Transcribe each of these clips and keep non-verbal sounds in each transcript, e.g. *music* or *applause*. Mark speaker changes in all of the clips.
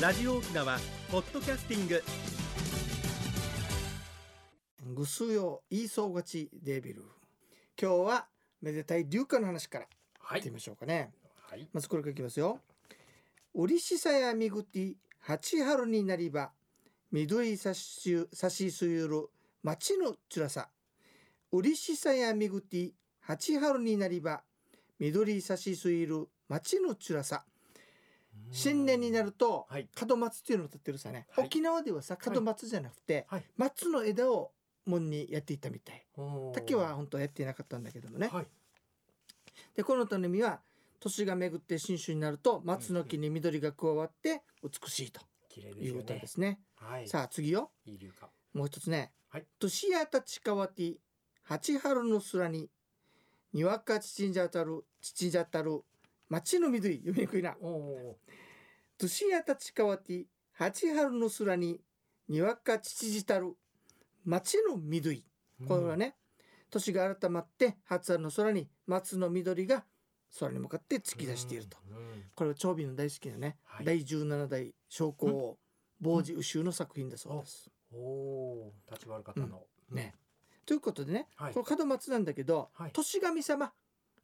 Speaker 1: ラジオ沖縄ポッドキャスティング
Speaker 2: ぐすうよ言いそうがちデビル今日はめでたい流歌の話から
Speaker 3: はい
Speaker 2: いってみましょうかね、
Speaker 3: はい。
Speaker 2: まずこれからいきますよ「うりしさやみぐて八春になりば緑さししゅさしすゆる町のつらさ」「うりしさやみぐて八春になりば緑さしすゆる町のつらさ」新年になると
Speaker 3: はい。
Speaker 2: 門松っていうのを歌ってるさね、
Speaker 3: はい
Speaker 2: 沖縄ではさ門松じゃなくて、
Speaker 3: はい
Speaker 2: 松の枝を門にやっていったみたい竹は本当はやっていなかったんだけどもね、
Speaker 3: はい。
Speaker 2: でこの歌の意味は年が巡って新種になると松の木に緑が加わって美しいと
Speaker 3: 綺麗です
Speaker 2: い
Speaker 3: よ
Speaker 2: う
Speaker 3: ね。
Speaker 2: 歌ですね、
Speaker 3: はい。
Speaker 2: さあ次よ
Speaker 3: いい流か。
Speaker 2: もう一つね「
Speaker 3: はい
Speaker 2: 年やたちかわて八春の空ににわかちちんじゃたるちちんじゃたる町の緑」読みにくいな
Speaker 3: おお
Speaker 2: 「年やたちかわて八春の空ににわかちちじたる町の緑」
Speaker 3: ー。
Speaker 2: これはね、年が改まって初春の空に松の緑が空に向かって突
Speaker 3: う
Speaker 2: き
Speaker 3: ん
Speaker 2: 出していると、。
Speaker 3: うん
Speaker 2: これは長美の大好きなね、
Speaker 3: はい
Speaker 2: 第17代将校傍事宇宙の作品だそうです。
Speaker 3: おおー。立ち悪かったの。
Speaker 2: ね。ということでね、
Speaker 3: はい
Speaker 2: この門松なんだけど、
Speaker 3: はい
Speaker 2: 年神様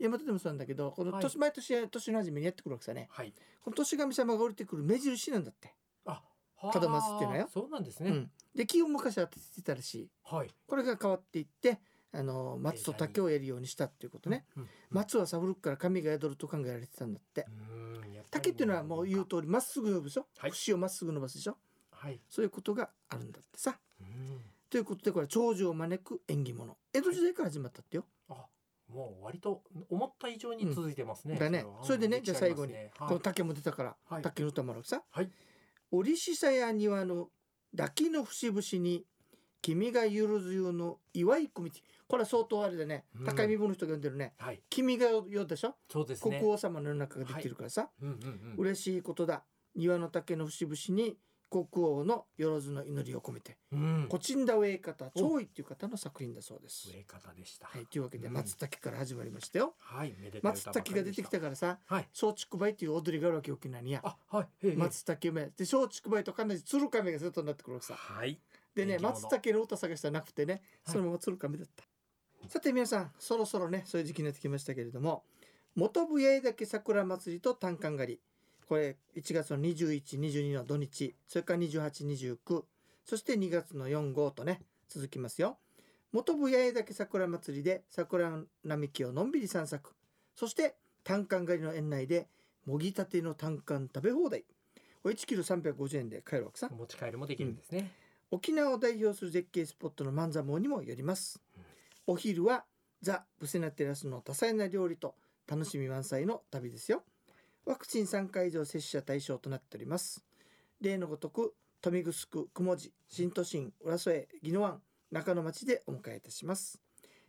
Speaker 2: 大和でもそうなんだけどこの
Speaker 3: はい
Speaker 2: 年、毎年年の初めにやってくるわけさね
Speaker 3: はい。
Speaker 2: この年神様が降りてくる目印なんだって、
Speaker 3: あ。は
Speaker 2: 門松っていうのよ
Speaker 3: そうなんです
Speaker 2: う
Speaker 3: ね。
Speaker 2: ん、で木を昔は立ててたらしい
Speaker 3: はい。
Speaker 2: これが変わっていってあの松と竹をやるようにしたっていうことね、
Speaker 3: うん。うん。
Speaker 2: 松はさ古くから神が宿ると考えられてたんだって
Speaker 3: うんやっぱり
Speaker 2: 竹っていうのはもう言う通りまっすぐ伸ぶでしょ、
Speaker 3: はい
Speaker 2: 節をまっすぐ伸ばすでしょ
Speaker 3: はい。
Speaker 2: そういうことがあるんだってさ
Speaker 3: うん
Speaker 2: ということでこれ長寿を招く縁起物江戸時代から始まったってよ、
Speaker 3: あ。もう割と思った以上に続いてますね。
Speaker 2: うんだね
Speaker 3: は
Speaker 2: それでね
Speaker 3: うん
Speaker 2: じゃあ最後に
Speaker 3: できち
Speaker 2: こ
Speaker 3: ゃい
Speaker 2: の竹も出たから、
Speaker 3: ますねはい。はい
Speaker 2: 竹の歌もあるわけさ
Speaker 3: はい
Speaker 2: 「折しさや庭の抱きの節々に君がゆるずゆの祝い組み」これは相当あれだね
Speaker 3: うん
Speaker 2: 高見部の人が読んでるね
Speaker 3: はい
Speaker 2: 「君が代」でしょ
Speaker 3: そうですね。
Speaker 2: 国王様の世の中ができてるからさ、
Speaker 3: うんうんうん。
Speaker 2: 嬉しいことだ庭の竹の節々に国王のよろずの祈りを込めて、
Speaker 3: うん。
Speaker 2: コチンダウェイ方長位っていう方の作品だそうです
Speaker 3: 植。え方でした。
Speaker 2: はい、というわけで
Speaker 3: うん
Speaker 2: 松茸から始まりましたよ。
Speaker 3: はい。めでたい
Speaker 2: 松
Speaker 3: 歌ばかり
Speaker 2: 茸が出てきた
Speaker 3: でし
Speaker 2: からさ
Speaker 3: た。はい。
Speaker 2: 「松竹梅」っていう踊りがあるわけ沖縄にや
Speaker 3: あ、はい。へえ
Speaker 2: 松茸梅で松竹梅とかなり鶴亀がセットになってくるわけさ
Speaker 3: はい。
Speaker 2: でね
Speaker 3: 人気者
Speaker 2: 松茸の歌探したらなくてね
Speaker 3: はい
Speaker 2: そのまま鶴亀だった、さて皆さんそろそろねそういう時期になってきましたけれども元部屋岳桜祭りと単管狩りこれ1月の2122の土日それから2829そして2月の45とね続きますよ元部屋岳桜祭りで桜並木をのんびり散策そして単管狩りの園内でもぎたての単管食べ放題これ1キロ350円で買えるわけさ
Speaker 3: 持ち帰りもできるんですね。
Speaker 2: 沖縄を代表する絶景スポットの万座毛にもよります、お昼はザ・ブセナテラスの多彩な料理と楽しみ満載の旅ですよワクチン3回以上接種者対象となっております例のごとく豊見城区久茂地新都心浦添宜野湾中野町でお迎えいたします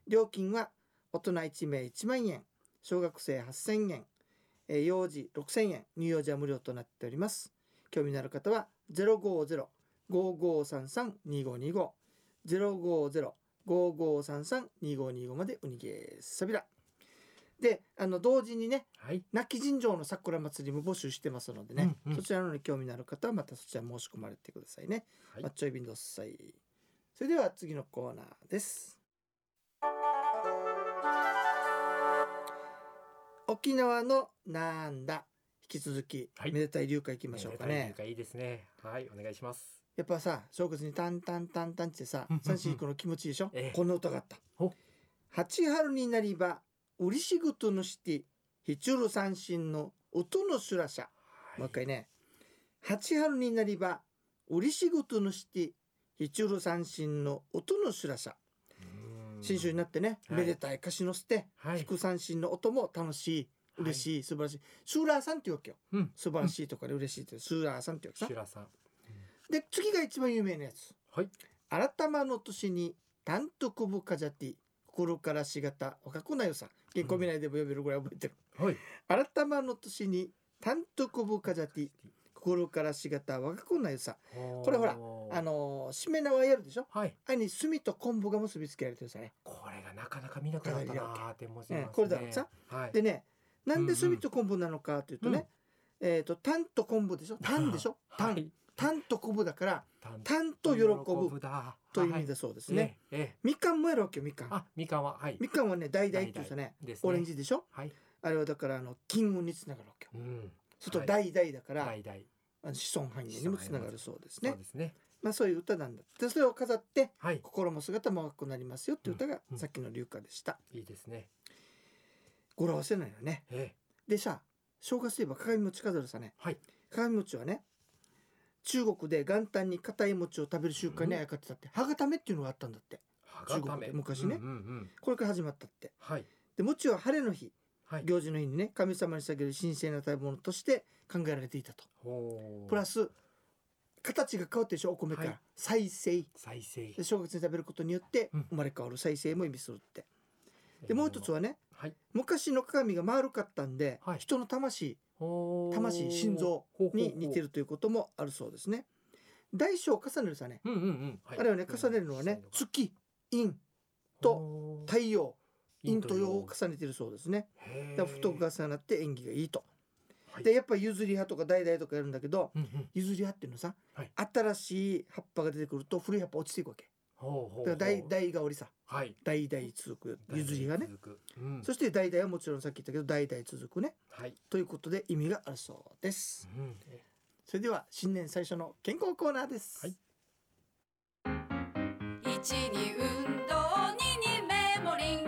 Speaker 2: 料金は大人1名1万円小学生8000円えー幼児6000円乳幼児は無料となっております興味のある方は050 5533-2525 050-5533-2525までおにげさびらであの同時にね
Speaker 3: はい。
Speaker 2: 亡き尋常の桜祭りも募集してますのでね、
Speaker 3: うんうん
Speaker 2: そちらのに興味のある方はまたそちら申し込まれてくださいね、
Speaker 3: はい
Speaker 2: マッチョイビンドッサイそれでは次のコーナーです沖縄のなんだ引き続き、
Speaker 3: はい
Speaker 2: めでたい流歌いきましょうかね
Speaker 3: めでたい流がいいですね。はい、お願いします。
Speaker 2: やっぱさ正月に「タンタンタンタン」ってさ
Speaker 3: うんうんう
Speaker 2: 三
Speaker 3: ん
Speaker 2: 振行くの気持ちいいでしょ、
Speaker 3: ええ
Speaker 2: こんな歌があった
Speaker 3: お
Speaker 2: 「八春になりばうりしぐとのしてひちゅる三振の音のすらしゃ」もう一回ね「八春になりばうりしぐとのしてひちゅる三振の音のすらしゃ」新種に
Speaker 3: な
Speaker 2: なってね、
Speaker 3: はい
Speaker 2: めでたい歌詞のせて、
Speaker 3: はい
Speaker 2: 弾く三振の音も楽しい嬉
Speaker 3: い。
Speaker 2: しい素晴らしいスーラーさんっていうわけよ
Speaker 3: うん。
Speaker 2: 素晴らしいとかで嬉しいってスーラーさんっていうわけ
Speaker 3: シ
Speaker 2: さ
Speaker 3: ュラさん。
Speaker 2: で次が一番有名なやつ
Speaker 3: はい。
Speaker 2: 改まの年に単独部かじゃって心からしがた若くなよさ原稿見ないでも読めるぐらい覚えてる、
Speaker 3: はい。
Speaker 2: 改まの年に単独部かじゃって心からしがた若くなよさ
Speaker 3: こ
Speaker 2: これほらあ。のーしめ縄やるでしょ
Speaker 3: はい。
Speaker 2: あれに炭と昆布が結びつけられてるさね
Speaker 3: これがなかなか見なくなったなーって思いますね
Speaker 2: うんこれだからさ。
Speaker 3: はい。
Speaker 2: でねなんで
Speaker 3: うんうん
Speaker 2: 炭と昆布なのかというとね、えっ、とタンと昆布でしょタンで *laughs* しょタン、
Speaker 3: *laughs* はい
Speaker 2: タンと昆布だから
Speaker 3: たん
Speaker 2: タンと喜ぶ
Speaker 3: だ
Speaker 2: という意味
Speaker 3: で
Speaker 2: だそうですね、。
Speaker 3: ええええ
Speaker 2: みかんもやるわけよみかん
Speaker 3: あ、みかんははい。
Speaker 2: みかんはね橙って言うとね
Speaker 3: ですね
Speaker 2: オレンジでしょ
Speaker 3: はい。
Speaker 2: あれはだからあの金運につながるわけよ
Speaker 3: うん。
Speaker 2: そうすると
Speaker 3: はい
Speaker 2: 代々だから、
Speaker 3: 代々
Speaker 2: あの子孫繁栄にもつながるそうです
Speaker 3: そ
Speaker 2: ね
Speaker 3: うですね。
Speaker 2: まあそういう歌なんだでそれを飾って
Speaker 3: はい。
Speaker 2: 心も姿も若くなりますよっていう歌が
Speaker 3: うん
Speaker 2: さっきの流歌でした、
Speaker 3: いいですね。
Speaker 2: 語呂合わせないよね
Speaker 3: ええ
Speaker 2: でさ正月といえば鏡餅飾るさね
Speaker 3: はい。
Speaker 2: 鏡餅はね中国で元旦に硬い餅を食べる習慣にあやかってたって歯固めっていうのがあったんだって
Speaker 3: は
Speaker 2: 中国で昔ね
Speaker 3: うんうんうん。
Speaker 2: これから始まったって
Speaker 3: はい。
Speaker 2: で餅は晴れの日
Speaker 3: はい。
Speaker 2: 行事の日にね神様に捧げる神聖な食べ物として考えられていたと
Speaker 3: ほう
Speaker 2: プラス形が変わってるでしょお米から、
Speaker 3: はい
Speaker 2: 再生
Speaker 3: 再生
Speaker 2: で。正月に食べることによって
Speaker 3: うん
Speaker 2: 生まれ変わる再生も意味するってでもう一つ
Speaker 3: は。
Speaker 2: はね
Speaker 3: はい。
Speaker 2: 昔の鏡が丸かったんで、
Speaker 3: はい
Speaker 2: 人の魂
Speaker 3: ほう
Speaker 2: 魂心臓に似て。るということもあるそうですね大小を重ねるさね、
Speaker 3: ほうほううんうんうん。
Speaker 2: あれはね重ねるのはね月陰と
Speaker 3: と
Speaker 2: 太陽陰
Speaker 3: 陰
Speaker 2: と陽を重ねてるそうですね
Speaker 3: へえ
Speaker 2: だから太く重なって演技がいいと、
Speaker 3: はい
Speaker 2: でやっぱ譲り派とか代々とかやるんだけど
Speaker 3: うんうん
Speaker 2: 譲り派っていうのさ、
Speaker 3: はい
Speaker 2: 新しい葉っぱが出てくると古い葉っぱ落ちていくわけ
Speaker 3: ほうほうほ
Speaker 2: だ
Speaker 3: う
Speaker 2: から代代がおりさ
Speaker 3: はい
Speaker 2: 代々続く譲りがね
Speaker 3: 代々続くうん
Speaker 2: そして代々はもちろんさっき言ったけど代々続くね
Speaker 3: はい
Speaker 2: ということで意味があるそうです
Speaker 3: うん
Speaker 2: それでは新年最初の健康コーナーです、
Speaker 3: はい
Speaker 4: 一に運動二にメモリン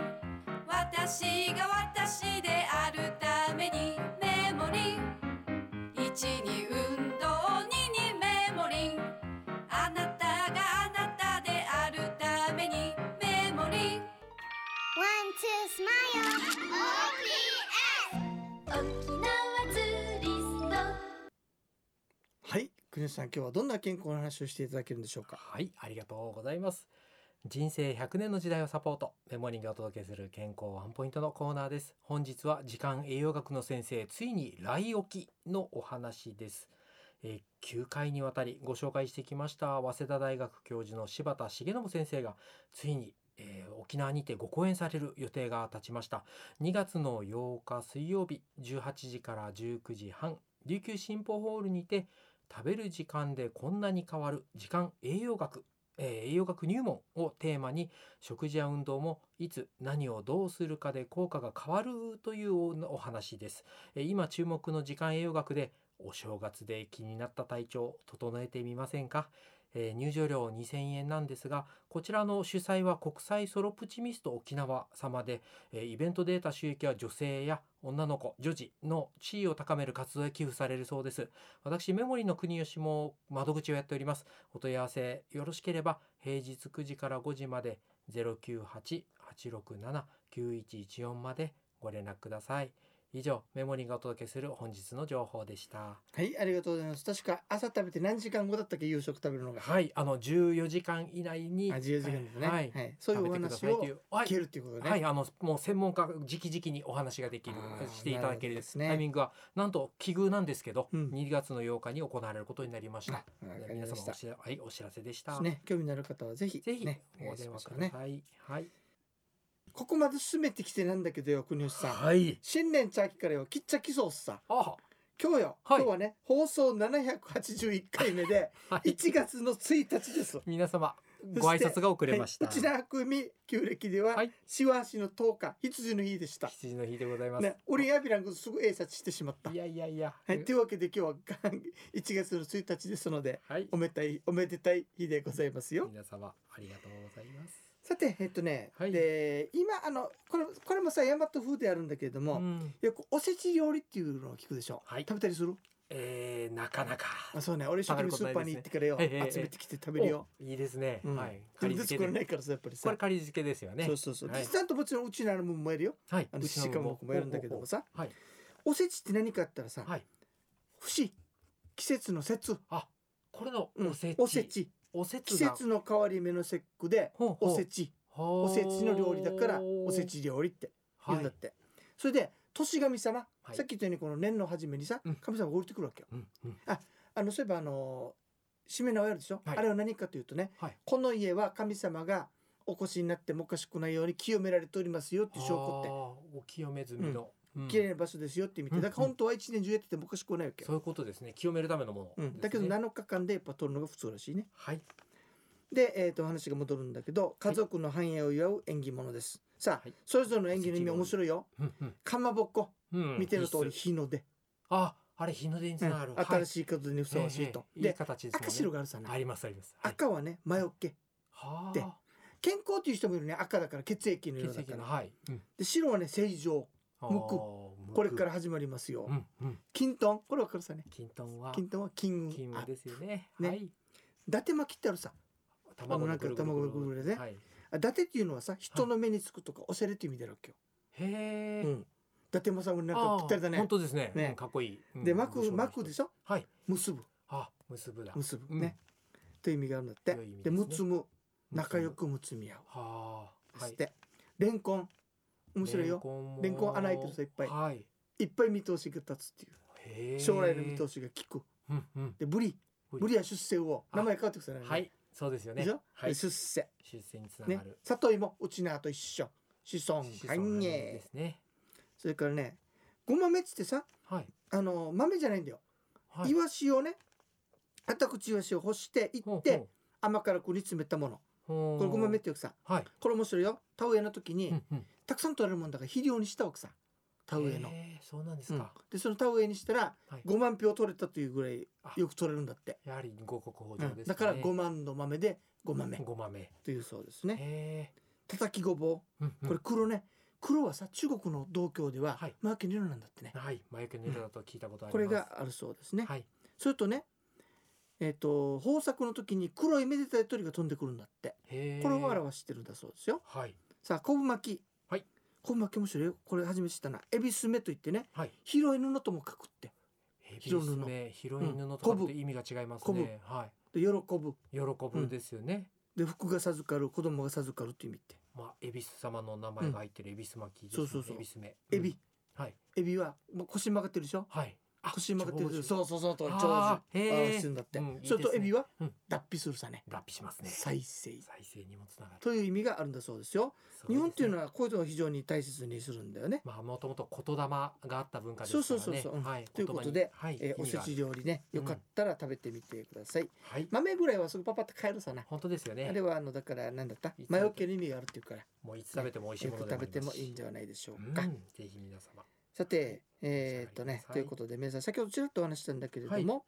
Speaker 4: 私が私であるためにメモリン一に運動二にメモリンあなたがあなたであるためにメモリン
Speaker 5: One, two, smile. OPS! 沖縄ツーリスト。
Speaker 2: はい国吉さん今日はどんな健康の話をしていただけるんでしょうか
Speaker 3: はいありがとうございます人生100年の時代をサポートメモリンがお届けする健康ワンポイントのコーナーです本日は時間栄養学の先生ついに来沖のお話ですえー9回にわたりご紹介してきました早稲田大学教授の柴田重信先生がついに、えー沖縄にてご講演される予定が立ちました2月の8日水曜日18時から19時半琉球新報ホールにて食べる時間でこんなに変わる時間栄養学、えー栄養学入門をテーマに食事や運動もいつ何をどうするかで効果が変わるというおお話です、えー今注目の時間栄養学でお正月で気になった体調整えてみませんかえー入場料2000円なんですがこちらの主催は国際ソロプチミスト沖縄様でえーイベントデータ収益は女性や女の子女児の地位を高める活動へ寄付されるそうです私メモリーの国吉も窓口をやっておりますお問い合わせよろしければ平日9時から5時まで098-867-9114までご連絡ください以上メモリーがお届けする本日の情報でした
Speaker 2: はいありがとうございます確か朝食べて何時間後だったっけ夕食食べるのが、
Speaker 3: はいあの14時間以内に
Speaker 2: あ自由時間ですね、
Speaker 3: は
Speaker 2: はいいそういうお
Speaker 3: 食べてくだ
Speaker 2: 話
Speaker 3: さい
Speaker 2: を
Speaker 3: とい
Speaker 2: 聞
Speaker 3: うはい
Speaker 2: けるっていうことね、
Speaker 3: はい、あのもう専門家直々にお話ができる
Speaker 2: あー
Speaker 3: していただける
Speaker 2: なるほどですね
Speaker 3: タイミングはなんと奇遇なんですけど、
Speaker 2: うん
Speaker 3: 2月の8日に行われることになりました
Speaker 2: あ。わかり
Speaker 3: 皆
Speaker 2: ま
Speaker 3: 様
Speaker 2: した
Speaker 3: お知ら,、はい、お知らせでした。
Speaker 2: ね興味のある方はぜひ
Speaker 3: ぜひ、
Speaker 2: ねお
Speaker 3: お電話く
Speaker 2: 願いします
Speaker 3: だ
Speaker 2: ね
Speaker 3: さい。はい。
Speaker 2: ここまで進めてきてなんだけどよ国吉さん、
Speaker 3: い。
Speaker 2: 新年チャーキからよきっちゃきそうっすさ
Speaker 3: あ、
Speaker 2: 今日よ、今
Speaker 3: はい
Speaker 2: 日はね放送781回目で
Speaker 3: *laughs* はい。
Speaker 2: 1月の1日です
Speaker 3: 皆様ご挨拶が遅れました。
Speaker 2: はい、内田組旧暦では、
Speaker 3: はい
Speaker 2: しわしの10日羊の日でした
Speaker 3: 羊の日でございます。
Speaker 2: ね、俺やびらんことすぐ英察してしまった
Speaker 3: いやいやいや。
Speaker 2: はい、というわけで今日はがん1月の1日ですので
Speaker 3: はい
Speaker 2: お。めたいおめでたい日でございますよ
Speaker 3: 皆様ありがとうございます。
Speaker 2: さてえっとね、
Speaker 3: はい
Speaker 2: で今あのこれこれもさ大和風であるんだけれども、
Speaker 3: うん
Speaker 2: よくおせち料理っていうのを聞くでしょ、
Speaker 3: はい
Speaker 2: 食べたりする
Speaker 3: えー、なかなか。
Speaker 2: あそうね俺一生懸命スーパーに行ってからよ、
Speaker 3: 食べることないです
Speaker 2: 集
Speaker 3: ね
Speaker 2: めてきて食べるよ、
Speaker 3: おいいですね。
Speaker 2: うん
Speaker 3: はい。
Speaker 2: 全
Speaker 3: 仮
Speaker 2: 然
Speaker 3: 付
Speaker 2: 作
Speaker 3: け
Speaker 2: ら
Speaker 3: で
Speaker 2: ないからさやっぱりさ
Speaker 3: これ仮付けですよね
Speaker 2: そう。そうそう、
Speaker 3: はい
Speaker 2: 実際ともちろんうちのあるもんもやるよ
Speaker 3: はい。
Speaker 2: あのシカも僕もやるんだけどもさ
Speaker 3: はい。
Speaker 2: おせちって何かあったらさ、
Speaker 3: はい。
Speaker 2: 節季節の節、
Speaker 3: あ、これの
Speaker 2: うん
Speaker 3: おせち。
Speaker 2: おせ。ち
Speaker 3: おせ
Speaker 2: 季
Speaker 3: ちだ。
Speaker 2: 節の変わり目の節句で
Speaker 3: ほうほう
Speaker 2: おせち
Speaker 3: お
Speaker 2: おせちの料理だからおせ。ち料理って言
Speaker 3: は
Speaker 2: うんだっ
Speaker 3: い。
Speaker 2: て、それで年神様、
Speaker 3: はい
Speaker 2: さっき言ったようにこの年の初めにさ、
Speaker 3: うん
Speaker 2: 神様が降りてくるわけよ
Speaker 3: うんうん。
Speaker 2: あのそういえばあの締め縄やるでしょ、
Speaker 3: はい
Speaker 2: あれは何かというとね
Speaker 3: はい。
Speaker 2: この家は神様がお越しになってもおかしくないように清められておりますよっていう証拠って
Speaker 3: あーお清め済みの。うん
Speaker 2: 綺麗な場所ですよって見て、
Speaker 3: うん
Speaker 2: だから本当は一年中やっててもおかしくないわけよ
Speaker 3: そういうことですね。清めるためのも
Speaker 2: う
Speaker 3: の、
Speaker 2: ん、だけど7日間でやっぱ取るのが普通らしいね。
Speaker 3: はい。
Speaker 2: で、えー、と話が戻るんだけど家族の繁栄を祝う縁起物です。さあ、
Speaker 3: はい
Speaker 2: それぞれの縁起の意味面白いよ。
Speaker 3: うんうん
Speaker 2: かまぼっこ
Speaker 3: うん
Speaker 2: 見てる通り
Speaker 3: いいっす
Speaker 2: 日の出、
Speaker 3: あ、あれ日の出につ
Speaker 2: うん
Speaker 3: ながる。
Speaker 2: 新
Speaker 3: い
Speaker 2: しいことにふさわしいと。
Speaker 3: ええええいい
Speaker 2: で
Speaker 3: 形ですもんね。
Speaker 2: 赤白があるさね、
Speaker 3: ありますあります。はい
Speaker 2: 赤はね前置け
Speaker 3: はあ
Speaker 2: で健康っていう人もいるね赤だから血液のよう
Speaker 3: 血
Speaker 2: だ
Speaker 3: 液
Speaker 2: か
Speaker 3: の
Speaker 2: ら。
Speaker 3: はい。うん
Speaker 2: で白はね正常
Speaker 3: あ
Speaker 2: むく
Speaker 3: ーむ
Speaker 2: これから始まりますよ。
Speaker 3: うんうん。
Speaker 2: 金豚これわかるさね
Speaker 3: 金豚は
Speaker 2: 金豚は金
Speaker 3: 金
Speaker 2: 運。
Speaker 3: 運
Speaker 2: あ
Speaker 3: ですよね。
Speaker 2: ね
Speaker 3: はい。
Speaker 2: 伊達巻きってあるさ。あ
Speaker 3: 卵のぐるぐる
Speaker 2: のなんか卵のぐるぐるね
Speaker 3: はい。
Speaker 2: あ伊達っていうのはさ人の目につくとかおしゃれっていう意味だろうけよ。
Speaker 3: へえ。
Speaker 2: うん、伊達政宗なんかぴったりだ
Speaker 3: あー
Speaker 2: ね
Speaker 3: 本。当ですね。
Speaker 2: ね
Speaker 3: うんかっこいい。うん
Speaker 2: で巻く巻くで
Speaker 3: し
Speaker 2: しょ
Speaker 3: ょ。はい。
Speaker 2: 結ぶ
Speaker 3: あ、結ぶだ。
Speaker 2: 結ぶ
Speaker 3: うん
Speaker 2: ね、。という意味があるんだって
Speaker 3: 良い意味
Speaker 2: で
Speaker 3: ですね
Speaker 2: むつむ仲良。くむつみ合う
Speaker 3: はあ。
Speaker 2: そ
Speaker 3: は
Speaker 2: し
Speaker 3: い。
Speaker 2: てレンコン面白いよ
Speaker 3: ンも
Speaker 2: レンコン穴開いてる人いっぱい
Speaker 3: はい。
Speaker 2: いっぱい見通しが立つっていう
Speaker 3: へえ
Speaker 2: 将来の見通しが効く
Speaker 3: うんうん。
Speaker 2: でブリ
Speaker 3: ブリ
Speaker 2: ブリは出世を
Speaker 3: あ
Speaker 2: 名前変わってくださいね
Speaker 3: はい。そうですよ
Speaker 2: で
Speaker 3: ね
Speaker 2: しょ。
Speaker 3: はい。
Speaker 2: で出世
Speaker 3: 出世につな
Speaker 2: ね
Speaker 3: がる。
Speaker 2: 里芋うちなーと一緒子孫
Speaker 3: 子孫
Speaker 2: 繁
Speaker 3: 繁栄
Speaker 2: 栄
Speaker 3: ですね。
Speaker 2: それからねごまめっつってさ
Speaker 3: はい。
Speaker 2: あの豆じゃないんだよ
Speaker 3: はい。
Speaker 2: イワシをねあたくちイワシを干してい
Speaker 3: ほう
Speaker 2: って甘辛く煮詰めたもの
Speaker 3: ほう、
Speaker 2: これごまめっ
Speaker 3: ほ
Speaker 2: てよくさ
Speaker 3: うはい。
Speaker 2: これ面白いよ田植えの時に、
Speaker 3: うんうん。
Speaker 2: たくさん取れるもんだから肥料にしたわけさ田植えの、
Speaker 3: へえそうなんで
Speaker 2: う
Speaker 3: す
Speaker 2: ん
Speaker 3: か。
Speaker 2: でその田植えにしたら
Speaker 3: はい。
Speaker 2: 5万票取れたというぐらい
Speaker 3: あ
Speaker 2: よく取れるんだって、
Speaker 3: やはり五穀豊
Speaker 2: う
Speaker 3: 穣
Speaker 2: ん
Speaker 3: ですね。
Speaker 2: だから5万の豆で5豆
Speaker 3: ごまめ。
Speaker 2: というそうですね
Speaker 3: へ
Speaker 2: 叩きごぼ
Speaker 3: え。うんう
Speaker 2: うんこれ。黒ね黒はさ中国の道教では
Speaker 3: はい
Speaker 2: マーケの色なんだってね、
Speaker 3: はい。眉毛の色だと聞いたことあり
Speaker 2: こ
Speaker 3: ます。
Speaker 2: れがあるそうですね、
Speaker 3: はい。
Speaker 2: それとねえっ、と豊作の時に黒いめでたい鳥が飛んでくるんだって
Speaker 3: へえ
Speaker 2: これを表してるんだそうですよ
Speaker 3: はい。
Speaker 2: さあ昆布巻き
Speaker 3: はい
Speaker 2: 昆布巻き面白いよこれ初めて知ったなエビスメといってね
Speaker 3: はい。
Speaker 2: 広い布とも書くって
Speaker 3: ヘビ
Speaker 2: 拾う布
Speaker 3: スメ、広い布とかって意味が違いますね。はい。
Speaker 2: で喜ぶ
Speaker 3: 喜ぶですよね。
Speaker 2: で福が授かる子供が授かるっていう意味って
Speaker 3: まあ、恵比寿様の名前が入ってる恵比寿巻きですね。
Speaker 2: そうそうそう
Speaker 3: 恵比寿目。
Speaker 2: エビ、
Speaker 3: うん。はい。
Speaker 2: エビはもう腰曲がってるでしょ
Speaker 3: はい。あ
Speaker 2: 腰曲がってるでしょ
Speaker 3: 長寿
Speaker 2: そうそうそうと長
Speaker 3: あ
Speaker 2: 寿
Speaker 3: ーへー
Speaker 2: あしてるんだって、
Speaker 3: うんいいです
Speaker 2: そ
Speaker 3: ね
Speaker 2: れとエビは
Speaker 3: うん
Speaker 2: 脱皮するさね,、
Speaker 3: 脱皮しますね。再
Speaker 2: 再生
Speaker 3: 生にもつながる。
Speaker 2: という意味があるんだそうですよ日本っていうのはこういうのを非常に大切にするんだよね、
Speaker 3: まあ、もともと言霊があった文化ですか
Speaker 2: そ
Speaker 3: ら
Speaker 2: う
Speaker 3: ね。
Speaker 2: そうそうそううん
Speaker 3: はい。
Speaker 2: ということで
Speaker 3: 言葉にはい。
Speaker 2: えーお
Speaker 3: 意味
Speaker 2: せ
Speaker 3: がある
Speaker 2: ち料理ね
Speaker 3: うん
Speaker 2: よかったら食べてみてください、
Speaker 3: はい。
Speaker 2: 豆ぐらいはすぐパパッと買えるさな、
Speaker 3: 本当ですよ
Speaker 2: あれ
Speaker 3: ね。
Speaker 2: はあのだからなんだった
Speaker 3: いつだ
Speaker 2: 魔
Speaker 3: っけ
Speaker 2: 除けの意味があるっていうから
Speaker 3: もういつ食べても美味しい
Speaker 2: よ
Speaker 3: も
Speaker 2: く
Speaker 3: ので
Speaker 2: 食べ
Speaker 3: あり
Speaker 2: て
Speaker 3: ま
Speaker 2: も
Speaker 3: すし
Speaker 2: いいんではないでしょ
Speaker 3: う
Speaker 2: うか、
Speaker 3: ん。ぜひ皆様。
Speaker 2: さて、えーっと
Speaker 3: お召し
Speaker 2: ね
Speaker 3: 上がりください
Speaker 2: ということで皆さん先ほどちらっとお話ししたんだけれども、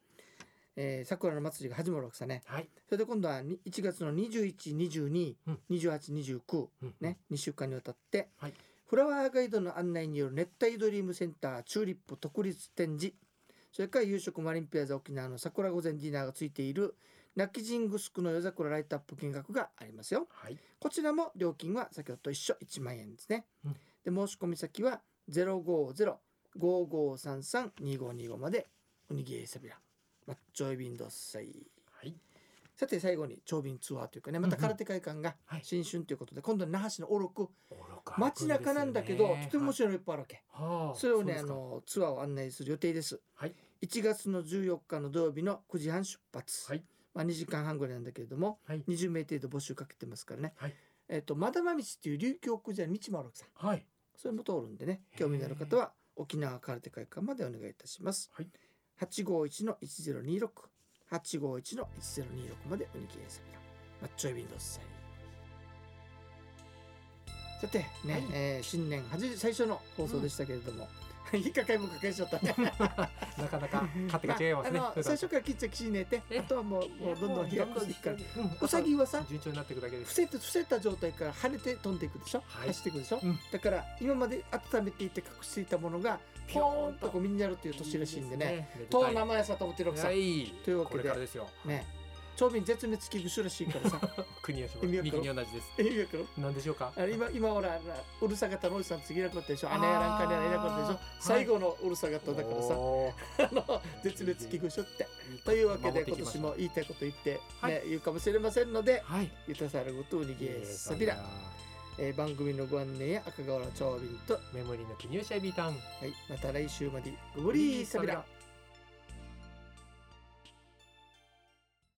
Speaker 2: えー桜の祭りが始まるわけさね
Speaker 3: はい。
Speaker 2: それで今度はに1月の21222829、
Speaker 3: うん
Speaker 2: 2829
Speaker 3: うん
Speaker 2: ね。2週間にわたって、
Speaker 3: はい
Speaker 2: フラワーガイドの案内による熱帯ドリームセンターチューリップ特立展示それから夕食マリンピアザ沖縄の桜御前ディナーがついている泣き神グスクの夜桜ライトアップ見学がありますよ。
Speaker 3: はい。
Speaker 2: こちらも料金は先ほどと一緒1万円ですね。
Speaker 3: うん
Speaker 2: で申し込み先は050-5533-2525までおにぎりサビラ。マッチョイビンドッサイ。
Speaker 3: はい。
Speaker 2: さて最後に長瓶ツアーというかねまた
Speaker 3: うんうん
Speaker 2: 空手会館が
Speaker 3: はい
Speaker 2: 新春ということで、今度は那覇市のおろく
Speaker 3: 愚かな
Speaker 2: 街
Speaker 3: 国ですよね
Speaker 2: 中なんだけど、とても面
Speaker 3: はい
Speaker 2: 白いのいっぱいあるわけ。
Speaker 3: はあ
Speaker 2: それをねあ
Speaker 3: うですか
Speaker 2: のツアーを案内する予定です。
Speaker 3: はい
Speaker 2: 1月の14日の土曜日の9時半出発。
Speaker 3: はい
Speaker 2: まあ2時間半ぐらいなんだけれども
Speaker 3: はい
Speaker 2: 20名程度募集かけてますからね、
Speaker 3: はい
Speaker 2: えっ、とまだま道っていう琉球国じゃ道もあるわけさ
Speaker 3: はい
Speaker 2: それも通るんでね興味のある方は沖縄空手会館までお願いいたします、
Speaker 3: はい、
Speaker 2: 851の1026 851の1026までおにぎりさびらマッチョイビンドッサイさてね、
Speaker 3: はい
Speaker 2: えー新年初最初の放送でしたけれども、いいかかいもかかえしちゃったね
Speaker 3: なかなか *laughs* 勝手が違いますね。
Speaker 2: あの最初から切っちゃきしに寝て
Speaker 3: え
Speaker 2: あとはもうもうどんどん飛躍していくから
Speaker 3: うん
Speaker 2: ウサギはさ
Speaker 3: 順調になっていくだけで
Speaker 2: 伏
Speaker 3: す。
Speaker 2: せて伏せた状態から跳ねて飛んでいくでしょ、
Speaker 3: はい
Speaker 2: 走っていくでしょ、
Speaker 3: うん
Speaker 2: だから今まで温めていて隠していたものがポーンとこう身になるという年らしいんでね
Speaker 3: いいですね。
Speaker 2: とう名前さと思ってるわけさ、
Speaker 3: はい。
Speaker 2: というわけで
Speaker 3: これからですよ。
Speaker 2: ね長瓶絶滅危惧種らしいから
Speaker 3: *laughs*
Speaker 2: さ
Speaker 3: 国は
Speaker 2: 意味わかる
Speaker 3: 三国同じです。
Speaker 2: えいやけど
Speaker 3: なんでしょうか。
Speaker 2: あれ今今ほらあのうるさかったのおじさん次いなかったでしょ姉やらんかねやらいなかったでしょ
Speaker 3: あー
Speaker 2: 最後のうるさかっただからさ、
Speaker 3: おー
Speaker 2: *laughs* あの絶滅危惧種って。
Speaker 3: いいこと
Speaker 2: というわけで
Speaker 3: 守ってい
Speaker 2: 今
Speaker 3: きまし
Speaker 2: 年
Speaker 3: ょう
Speaker 2: も言いたいこと言って、ね
Speaker 3: はい
Speaker 2: 言うかもしれませんので
Speaker 3: はい。
Speaker 2: 「ゆたさるごとうにぎえさび
Speaker 3: いい
Speaker 2: ら
Speaker 3: ですね」
Speaker 2: えー番組のご案内や赤瓦長瓶と
Speaker 3: メモリーの記入者エビタン。
Speaker 2: はい、また来週までご無理さびら。